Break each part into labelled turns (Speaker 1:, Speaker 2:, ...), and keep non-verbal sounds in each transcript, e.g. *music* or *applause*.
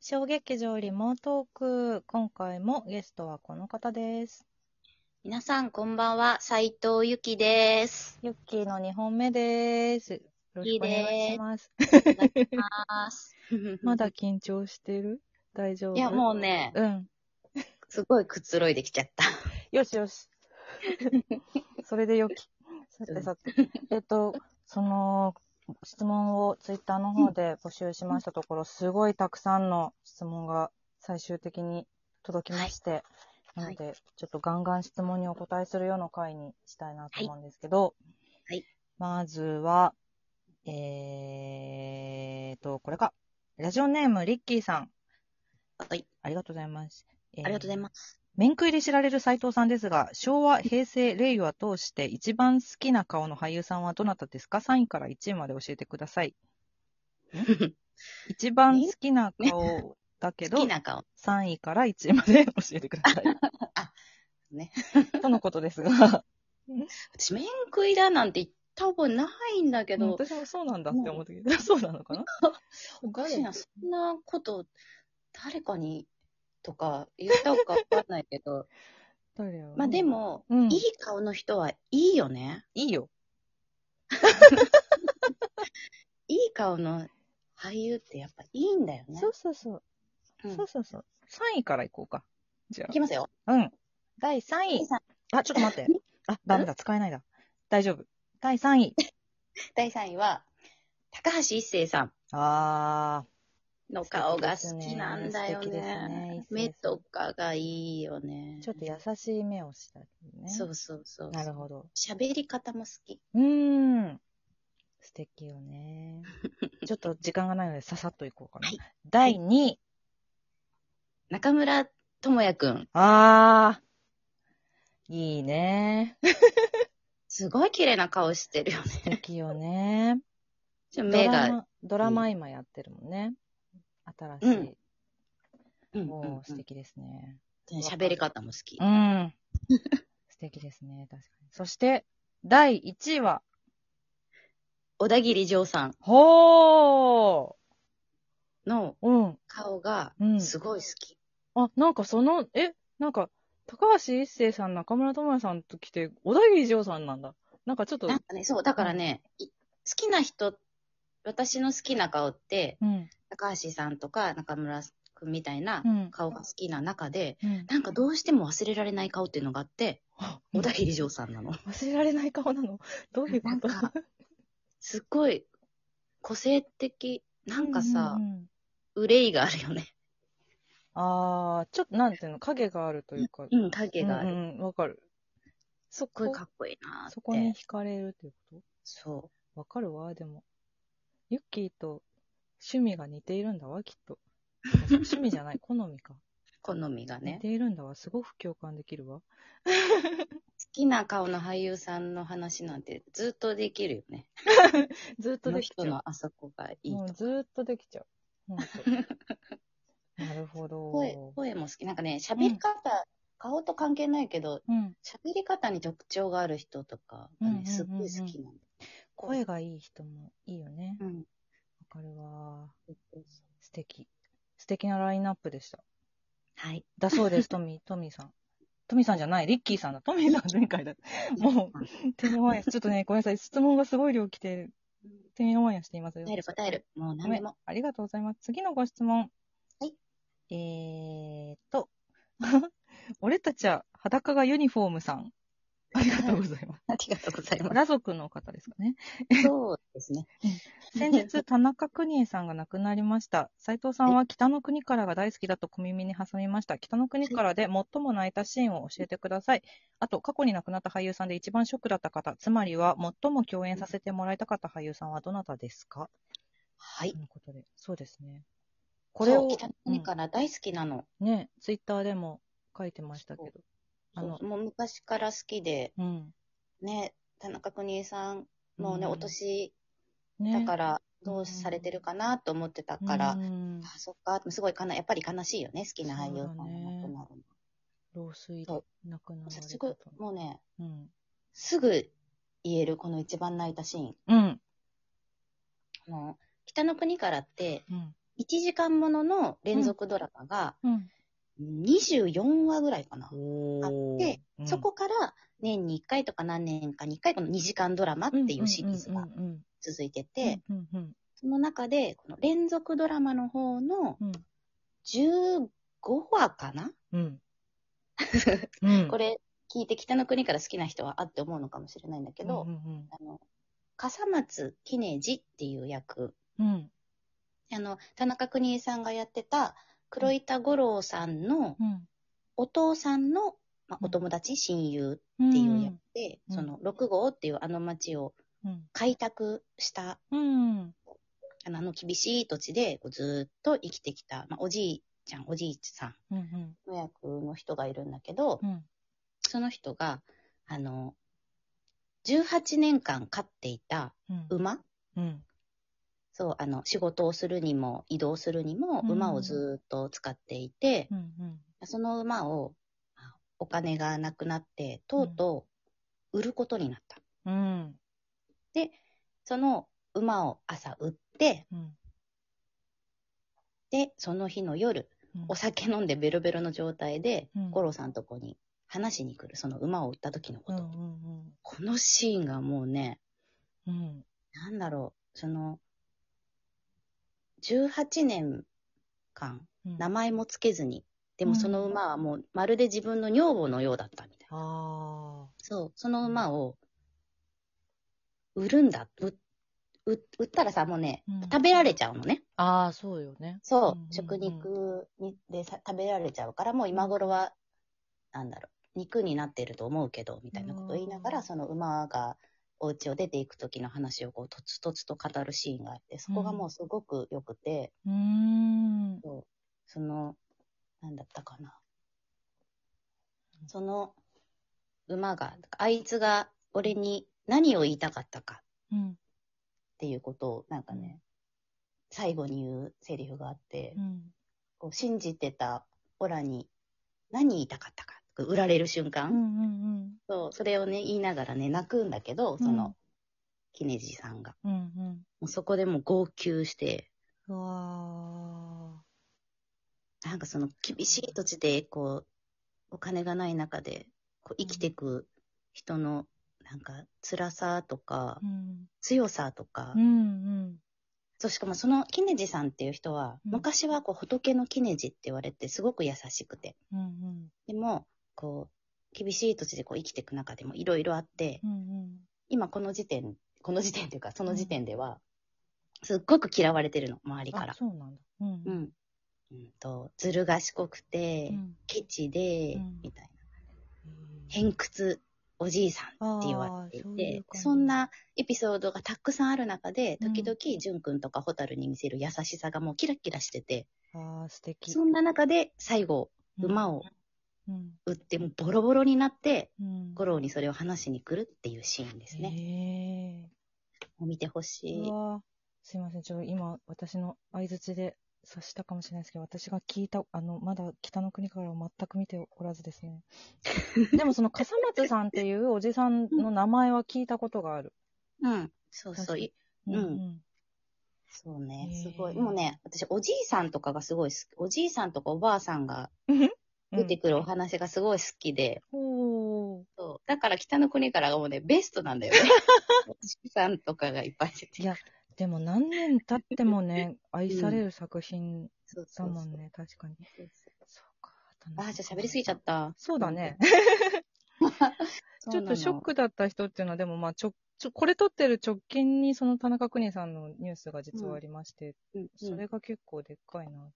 Speaker 1: 小劇場リモートーク。今回もゲストはこの方です。
Speaker 2: 皆さん、こんばんは。斉藤ゆきです。 *laughs*
Speaker 1: ユッキーの2本目です。よろしくお願いします。
Speaker 2: ます。
Speaker 1: まだ緊張してる大丈夫
Speaker 2: いや、もうね、
Speaker 1: う。うん。
Speaker 2: すごいくつろいできちゃった。
Speaker 1: よしよ
Speaker 2: *laughs*
Speaker 1: し。それでよき。さてさて。えっと、その、質問をツイッターの方で募集しましたところ、すごいたくさんの質問が最終的に届きまして、
Speaker 2: い
Speaker 1: なので、ちょっとガンガン質問にお答えするような回にしたいなと思うんですけど、
Speaker 2: はい
Speaker 1: まずは、えーと、これか。ラジオネーム、リッキーさん。
Speaker 2: はい、
Speaker 1: ありがとうございます。え
Speaker 2: あ
Speaker 1: ー
Speaker 2: りがとうございます。
Speaker 1: 面食いで知られる斉藤さんですが、昭和、平成、令和を通して一番好きな顔の俳優さんはどなたですか ?3 位から1位まで教えてください。一番好きな顔だ *laughs* けど
Speaker 2: 好き、な顔。
Speaker 1: 3位から1位まで教えてください。
Speaker 2: *laughs* あね。
Speaker 1: *laughs* とのことですが、
Speaker 2: 私、面食いだなんて言った覚えないんだけど、
Speaker 1: 私もそうなんだって思ってたけど、そうなのかな
Speaker 2: おかしいな、そんなこと、誰かに、とか言ったのかわかんないけ
Speaker 1: *laughs*
Speaker 2: ど、
Speaker 1: 誰やろう
Speaker 2: まあで、も、
Speaker 1: うん、
Speaker 2: い
Speaker 1: い
Speaker 2: い顔の人はいいよね。
Speaker 1: いよ。
Speaker 2: いい顔の俳優ってやっぱいいんだよね
Speaker 1: そ。うそうそう。
Speaker 2: うん
Speaker 1: そうそうそう。3位からいこうか。じゃ
Speaker 2: いきますよ。
Speaker 1: あ。うん。第3位
Speaker 2: 第三。
Speaker 1: あ、ちょっと待って。あ、ダメだ、使えないだ。大丈夫。第3位。
Speaker 2: 第3位は、高橋一生さん。
Speaker 1: あ
Speaker 2: の顔が好きなんだよ
Speaker 1: 素敵で
Speaker 2: ね。
Speaker 1: すね
Speaker 2: 目とかがいいよね。
Speaker 1: ー、ちょっと優しい目をしたりね。
Speaker 2: そうそうそう。
Speaker 1: なるほど。
Speaker 2: 喋り方も好き。
Speaker 1: うーん。素敵よ
Speaker 2: *laughs*
Speaker 1: ね。ちょっと時間がないので、ささっといこうかな。
Speaker 2: はい
Speaker 1: 第2位。
Speaker 2: 中村智也くん。
Speaker 1: あー。いいね。
Speaker 2: すごい綺麗な顔してるよね。
Speaker 1: 素敵よね。
Speaker 2: *laughs* 目
Speaker 1: ドラ
Speaker 2: が。
Speaker 1: マドラマ今やってるもんね。新しい。
Speaker 2: うんうんうん
Speaker 1: おー、素敵ですね。
Speaker 2: 喋り方も好き
Speaker 1: う。ん。 *laughs* 素敵ですね。確かに。そして、第1位は、
Speaker 2: 小田切丈さん
Speaker 1: ほー
Speaker 2: の
Speaker 1: うん。
Speaker 2: 顔が
Speaker 1: うん
Speaker 2: すごい好き。
Speaker 1: あ、なんかその、え、なんか、高橋一生さん、中村智也さんと来て、小田切丈さんなんだ。なんかちょっと
Speaker 2: な、んかね、そう、だからね、い好きな人、私の好きな顔って、
Speaker 1: うん。
Speaker 2: 高橋さんとか中村くんみたいな
Speaker 1: うん。
Speaker 2: 顔が好きな中で、
Speaker 1: うん、
Speaker 2: なんかどうしても忘れられない顔っていうのがあって、小田切丈さんなの。
Speaker 1: 忘れられない顔なの。 *laughs* どういうこと
Speaker 2: なんか *laughs* すっごい個性的。なんかさ、
Speaker 1: うんうんうん
Speaker 2: 憂いがあるよね。
Speaker 1: あー、ちょっと、なんていうの、影があるというか。
Speaker 2: うん、影がある。
Speaker 1: う
Speaker 2: すっ
Speaker 1: んうん、わかる。そ
Speaker 2: ごい
Speaker 1: こ
Speaker 2: か、っこいいなーって。
Speaker 1: そこに惹かれるということ
Speaker 2: そ
Speaker 1: わかるわ、でも。ユッキーと趣味が似ているんだわ、きっと。趣味じゃない、 *laughs* 好みか。
Speaker 2: う。好みが
Speaker 1: 似
Speaker 2: ね。
Speaker 1: て
Speaker 2: 好
Speaker 1: いるんだわ、すごく共感できるわ。
Speaker 2: きな顔の俳優さんの話なんてずっとできるよね。
Speaker 1: ずっ
Speaker 2: そ
Speaker 1: と
Speaker 2: の
Speaker 1: できち
Speaker 2: 人
Speaker 1: ゃう。
Speaker 2: のあそこがいい
Speaker 1: もう
Speaker 2: と。
Speaker 1: ずーっとできちゃう。ほんとなるほ
Speaker 2: 声
Speaker 1: ど。
Speaker 2: 声も好き。なんかね、喋り方、顔と関係ないけど、
Speaker 1: うん、
Speaker 2: 喋り方に特徴がある人とかが
Speaker 1: うんうんうんう
Speaker 2: ね、
Speaker 1: ん
Speaker 2: すっごい好きなんだ。
Speaker 1: 声がいい人もいいよね。
Speaker 2: う
Speaker 1: わ
Speaker 2: ん。
Speaker 1: かるわ。素敵。素敵なラインナップでした。
Speaker 2: *laughs* はい。
Speaker 1: だそうです、トミー、トミーさん。トミーさんじゃない、リッキーさんだ。トミーさん前回だ。もう、手にワイヤちょっと
Speaker 2: *laughs*
Speaker 1: ね、ごめんなさい、質問がすごい量来て、手にワイヤしていますよ。
Speaker 2: 答える答える。もう
Speaker 1: ご
Speaker 2: 何
Speaker 1: め
Speaker 2: で
Speaker 1: ん
Speaker 2: も。
Speaker 1: ありがとうございます。次のご質問。
Speaker 2: はい。
Speaker 1: えーっと、 *laughs* 俺たちは裸がユニフォームさん。ありがとうございます。
Speaker 2: ありがとうございま
Speaker 1: 裸族の方ですかね。
Speaker 2: す。そうですね。
Speaker 1: 先日、田中邦衛さんが亡くなりました。斉藤さんは北の国からが大好きだと小耳に挟みました。北の国からで最も泣いたシーンを教えてください。あと、過去に亡くなった俳優さんで一番ショックだった方、つまりは最も共演させてもらいたかった俳優さんはどなたですか
Speaker 2: はい
Speaker 1: と。いうことで、そうですね。こ
Speaker 2: こ
Speaker 1: れ
Speaker 2: れ
Speaker 1: を
Speaker 2: を、北の国から大好きなの。
Speaker 1: ね、ツイッターでも書いてましたけど。あ
Speaker 2: そう
Speaker 1: の、
Speaker 2: もう昔から好きで、
Speaker 1: うん。
Speaker 2: ね、田中邦衛さんのね、
Speaker 1: うん
Speaker 2: お年
Speaker 1: ね、
Speaker 2: だから、
Speaker 1: うん
Speaker 2: どうされてるかなと思ってたから、
Speaker 1: うん
Speaker 2: あ、そっか、すごいかな、やっぱり悲しいよね、好きな俳優さんが
Speaker 1: そうだね
Speaker 2: 亡くなる
Speaker 1: 老衰
Speaker 2: そう
Speaker 1: で亡くなら
Speaker 2: の。
Speaker 1: れ
Speaker 2: さ
Speaker 1: た
Speaker 2: すぐ
Speaker 1: と。、
Speaker 2: もうね、
Speaker 1: うん。
Speaker 2: すぐ言える、この一番泣いたシーン。
Speaker 1: うん。
Speaker 2: あの、北の国からって、
Speaker 1: うん。
Speaker 2: 1時間ものの連続ドラマが
Speaker 1: うん。
Speaker 2: 24話ぐらいかな。
Speaker 1: おー
Speaker 2: でそ、こから年に1回とか何年かに1回この2時間ドラマっ
Speaker 1: うん
Speaker 2: ていうシリーズが
Speaker 1: うんうんうん
Speaker 2: 続いて
Speaker 1: うん
Speaker 2: て、
Speaker 1: うんうん
Speaker 2: その中でこの連続ドラマの方の
Speaker 1: うん
Speaker 2: 15話かな、
Speaker 1: うん。うん。
Speaker 2: これ聞いて北の国から好きな人はあって思うのかもしれないんだけ
Speaker 1: う
Speaker 2: ど、
Speaker 1: んうん
Speaker 2: あの、笠松杵治っていう役、
Speaker 1: うん。うん
Speaker 2: あの、田中邦衛さんがやってた黒板五郎さんの
Speaker 1: うん
Speaker 2: お父さんの、まあ、
Speaker 1: うん
Speaker 2: お友達、親友
Speaker 1: う
Speaker 2: っ
Speaker 1: ん
Speaker 2: ていう役で、
Speaker 1: うん
Speaker 2: その六号っていうあの町を
Speaker 1: うん
Speaker 2: 開拓した、
Speaker 1: うん
Speaker 2: あのあの厳しい土地でこうずーっと生きてきた、まあ、おじいちゃん、おじいさん
Speaker 1: うんうん
Speaker 2: の役の人がいるんだけど、
Speaker 1: うん
Speaker 2: その人が、あの、18年間飼っていた
Speaker 1: うん
Speaker 2: 馬、
Speaker 1: うん
Speaker 2: そう、あの、仕事をするにも、移動するにも、
Speaker 1: うん
Speaker 2: 馬をずーっと使っていて、
Speaker 1: うん
Speaker 2: その馬を、あお金がなくなって、とうとう、売ることになった。
Speaker 1: うん
Speaker 2: その馬を朝売って、
Speaker 1: うん
Speaker 2: で、その日の夜、お酒飲んでベロベロの状態で
Speaker 1: うん、
Speaker 2: 五郎さんとこに話しに来る、その馬を売った時の
Speaker 1: う
Speaker 2: こ
Speaker 1: んう
Speaker 2: と。
Speaker 1: ん
Speaker 2: このシーンがもうね、
Speaker 1: うん
Speaker 2: なんだろう、その、18年間、
Speaker 1: うん
Speaker 2: 名前もつけずに、で
Speaker 1: う
Speaker 2: も
Speaker 1: ん
Speaker 2: その馬はもうまるで自分の女房のようだったみたいな。
Speaker 1: あ
Speaker 2: そう、その馬を、売るんだ。売売売ったらさ、もうね、
Speaker 1: うん
Speaker 2: 食べられちゃうのね。
Speaker 1: あああそうよね
Speaker 2: そう、
Speaker 1: うんうんうん
Speaker 2: 食肉にでさ食べられちゃうから、もう今頃は、なんだろう、肉になってると思うけど、みたいなことを言いなが
Speaker 1: う
Speaker 2: ら、
Speaker 1: ん
Speaker 2: その馬がお家を出ていく時の話をこう、とつとつと語るシーンがあって、そこがもうすごく良くて、
Speaker 1: うーん
Speaker 2: そうその、なんだったかな。その馬が、あいつが俺に何を言いたかったか
Speaker 1: うん
Speaker 2: っていうことを、なんかね、最後に言うセリフがあって、
Speaker 1: うん
Speaker 2: こう信じてたオラに何言いたかったか、売られる瞬
Speaker 1: う
Speaker 2: 間、
Speaker 1: んうん
Speaker 2: そうそれをね、言いながらね、泣くんだけど、そ
Speaker 1: うん
Speaker 2: の、キネジさんが。
Speaker 1: うんうん
Speaker 2: もうそこでもう号泣して、
Speaker 1: うわ
Speaker 2: なんかその厳しい土地で、こう、お金がない中で、こう生きてく人の、なんか、辛さとか
Speaker 1: ーう、ん
Speaker 2: 強さとか、
Speaker 1: うん
Speaker 2: そう、しかもその、キネジさんっていう人は、
Speaker 1: うん
Speaker 2: 昔はこう、仏のキネジって言われて、すごく優しくて。
Speaker 1: うんうん
Speaker 2: でも、こう、厳しい土地でこう生きていく中でもいろいろあって、
Speaker 1: うん
Speaker 2: 今この時点、この時点というか、その時点では、すっごく嫌われてるの、周り
Speaker 1: うん
Speaker 2: か
Speaker 1: あ
Speaker 2: ら。
Speaker 1: そうなんだうん
Speaker 2: うん。うんと、ずる賢くて、
Speaker 1: うん
Speaker 2: ケチで、
Speaker 1: うん
Speaker 2: みたいな。偏屈おじいさんって言われて
Speaker 1: あー
Speaker 2: い
Speaker 1: そうい
Speaker 2: て
Speaker 1: う感じ
Speaker 2: そんなエピソードがたくさんある中で、
Speaker 1: うん
Speaker 2: 時々、淳くんとか蛍に見せる優しさがもうキラキラしてて、
Speaker 1: ああ素敵
Speaker 2: そんな中で最後、馬
Speaker 1: を
Speaker 2: を
Speaker 1: うん
Speaker 2: 売って、もうボロボロになって、
Speaker 1: うん
Speaker 2: 五郎にそれを話しに来るっていうシーンですね。
Speaker 1: ね
Speaker 2: もう見てほし
Speaker 1: う
Speaker 2: い。
Speaker 1: わーすいません、ちょっと今、私の相づちで察したかもしれないですけど、私が聞いた、あの、まだ北の国からは全く見ておらずです
Speaker 2: *laughs*
Speaker 1: ね。でも、その笠松さんっていうおじさんの名前は聞いたことがある。
Speaker 2: うん。そうそう。い
Speaker 1: うん
Speaker 2: う
Speaker 1: うん。
Speaker 2: そうね
Speaker 1: へ。ー
Speaker 2: すごい。もうね、私、おじいさんとかがすごい好き。おじいさんとかおばあさんが出て
Speaker 1: る。
Speaker 2: くるお話がすごい好きで。
Speaker 1: おー
Speaker 2: そう。だから北の国からがもうね、ベストなんだよ
Speaker 1: *laughs*
Speaker 2: ね。おじいさんとかがいっぱい出て
Speaker 1: い
Speaker 2: くる。
Speaker 1: や、でも何年経っても
Speaker 2: *laughs*
Speaker 1: ね、愛される作品
Speaker 2: そうそ
Speaker 1: だ
Speaker 2: うそ
Speaker 1: も
Speaker 2: う
Speaker 1: んね、確かに。
Speaker 2: そうそう
Speaker 1: そうか。田中
Speaker 2: あー、じゃあ喋りすぎちゃった。
Speaker 1: そうだね。。 *laughs* ちょっとショッ。クだった人っていうのは、でもまあちょ、ちょ、これ撮ってる直近にその田中邦衛さんのニュースが実はありまして、
Speaker 2: うん、
Speaker 1: それ
Speaker 2: うん
Speaker 1: が結構でっかいな、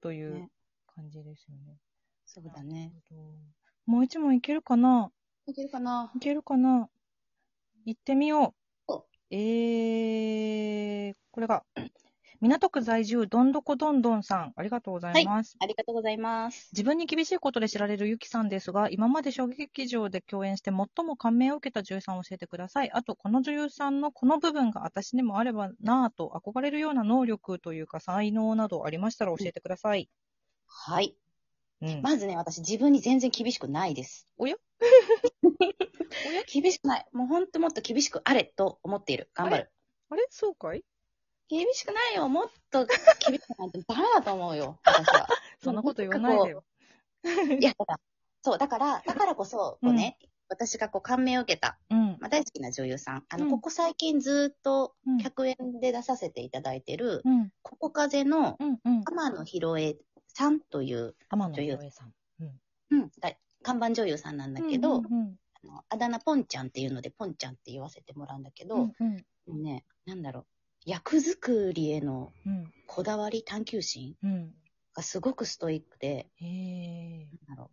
Speaker 1: という
Speaker 2: ね
Speaker 1: 感じですよね。
Speaker 2: そうだね。
Speaker 1: なるほどもう一問いけるかない
Speaker 2: けるかない
Speaker 1: けるかな行ってみよう
Speaker 2: お。
Speaker 1: えー、これが、 *clears throat* 港区在住、どんどこどんどんさん、ありがとうございます。
Speaker 2: ありがとうございます。
Speaker 1: 自分に厳しいことで知られるゆきさんですが、今まで小劇場で共演して最も感銘を受けた女優さんを教えてください。あと、この女優さんのこの部分が私にもあればなぁと憧れるような能力というか才能などありましたら教えてください。
Speaker 2: はい。
Speaker 1: うん。
Speaker 2: まずね、私、自分に全然厳しくないです。
Speaker 1: お
Speaker 2: *laughs*
Speaker 1: や
Speaker 2: おや厳しくない。もうほんともっと厳しくあれと思っている。頑張る。
Speaker 1: あれそうかい
Speaker 2: 厳しくないよ。もっと厳しくないと *laughs* バカだと思うよ。私 *laughs* は。
Speaker 1: そんなこと言わないでよ。
Speaker 2: いや、だから、そう、だから、だからこそ、こうね、私がこう感銘を受けた、
Speaker 1: うん。
Speaker 2: まあ、大好きな女優さん。あの、
Speaker 1: うん
Speaker 2: ここ最近ずっと
Speaker 1: うん
Speaker 2: 100円で出させていただいてる、
Speaker 1: うん。
Speaker 2: ここ風の
Speaker 1: うん。うん。
Speaker 2: 天野ひろえさんという、
Speaker 1: 天野ひろえさん。
Speaker 2: うん、が看板女優さんなんだけど、
Speaker 1: うんうん
Speaker 2: あのあだ名ポンちゃんっていうので、ポンちゃんって言わせてもらうんだけど、
Speaker 1: うん。うんうん
Speaker 2: もうね、なんだろう、役作りへの
Speaker 1: うん。
Speaker 2: こだわり探求心
Speaker 1: うん。
Speaker 2: がすごくストイックで、
Speaker 1: へえ。
Speaker 2: なんだろう、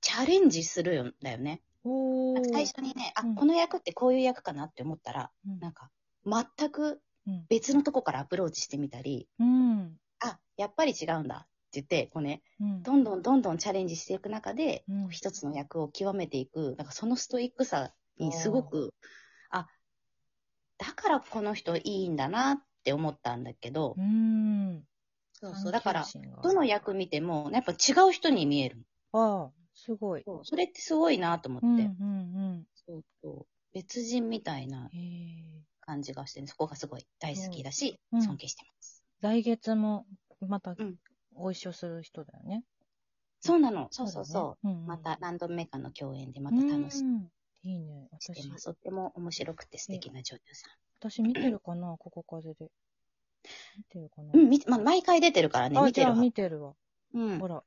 Speaker 2: チャレンジするんだよね。
Speaker 1: おー。
Speaker 2: 最初にね、あ、
Speaker 1: うん
Speaker 2: この役ってこういう役かなって思ったら、
Speaker 1: うん
Speaker 2: なんか、全く
Speaker 1: うん
Speaker 2: 別のとこからアプローチしてみたり、
Speaker 1: うん。
Speaker 2: あ、やっぱり違うんだって言って、こうね、
Speaker 1: うん。
Speaker 2: どんどんどんどんチャレンジしていく中で、
Speaker 1: うん
Speaker 2: 一つの役を極めていく、なんかそのストイックさにすごく、あ、だからこの人いいんだなって思ったんだけど、
Speaker 1: うん。
Speaker 2: そうそう、だから、
Speaker 1: 探求心が
Speaker 2: どの役見ても、やっぱ違う人に見える。
Speaker 1: ああ、すごい。
Speaker 2: それってすごいなと思って、
Speaker 1: うんうん
Speaker 2: そうそう別人みたいな
Speaker 1: うん。へえ。
Speaker 2: 感じがして、そこがすごい大好きだし、
Speaker 1: うん
Speaker 2: 尊敬してます。
Speaker 1: 来月も、また
Speaker 2: うん、
Speaker 1: ご一緒する人だよね。
Speaker 2: そうなの、そうそうそ
Speaker 1: う
Speaker 2: う。
Speaker 1: だね。うんうん
Speaker 2: また、何度目かの共演でまた楽しみに
Speaker 1: うんいいね。
Speaker 2: して
Speaker 1: 私
Speaker 2: ま、す。とっても面白くて素敵な女優さん。
Speaker 1: 私見てるかな、ここ風で。見てるかな。
Speaker 2: うん、見て、まあ、毎回出てるからね、
Speaker 1: あ、
Speaker 2: 見
Speaker 1: じ
Speaker 2: て
Speaker 1: ゃ
Speaker 2: る
Speaker 1: あ
Speaker 2: は。
Speaker 1: 見てるわ。
Speaker 2: うん。
Speaker 1: ほら。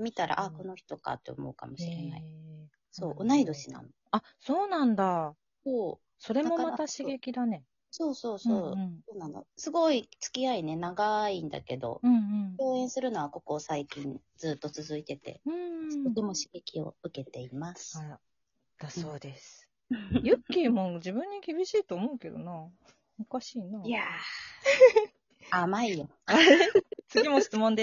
Speaker 2: 見たら、あ、
Speaker 1: うん
Speaker 2: この人かって思うかもしれない。
Speaker 1: へえ
Speaker 2: そ
Speaker 1: う
Speaker 2: う、同
Speaker 1: ん
Speaker 2: い年なの。
Speaker 1: あ、そうなんだ。
Speaker 2: そう、
Speaker 1: それも
Speaker 2: だから
Speaker 1: また刺激だね。
Speaker 2: そうそうそう。
Speaker 1: うんうん
Speaker 2: そうなの。すごい付き合いね、長いんだけど、
Speaker 1: うん
Speaker 2: 共演するのはここ最近ずっと続いてて、
Speaker 1: うん。う
Speaker 2: と
Speaker 1: ん
Speaker 2: て。も刺激を受けています
Speaker 1: あ。ら、だそうです。ユッキーも自分に厳しいと思うけどな。 *laughs* おかしいな。
Speaker 2: いやー、甘いよ。
Speaker 1: 次も質問です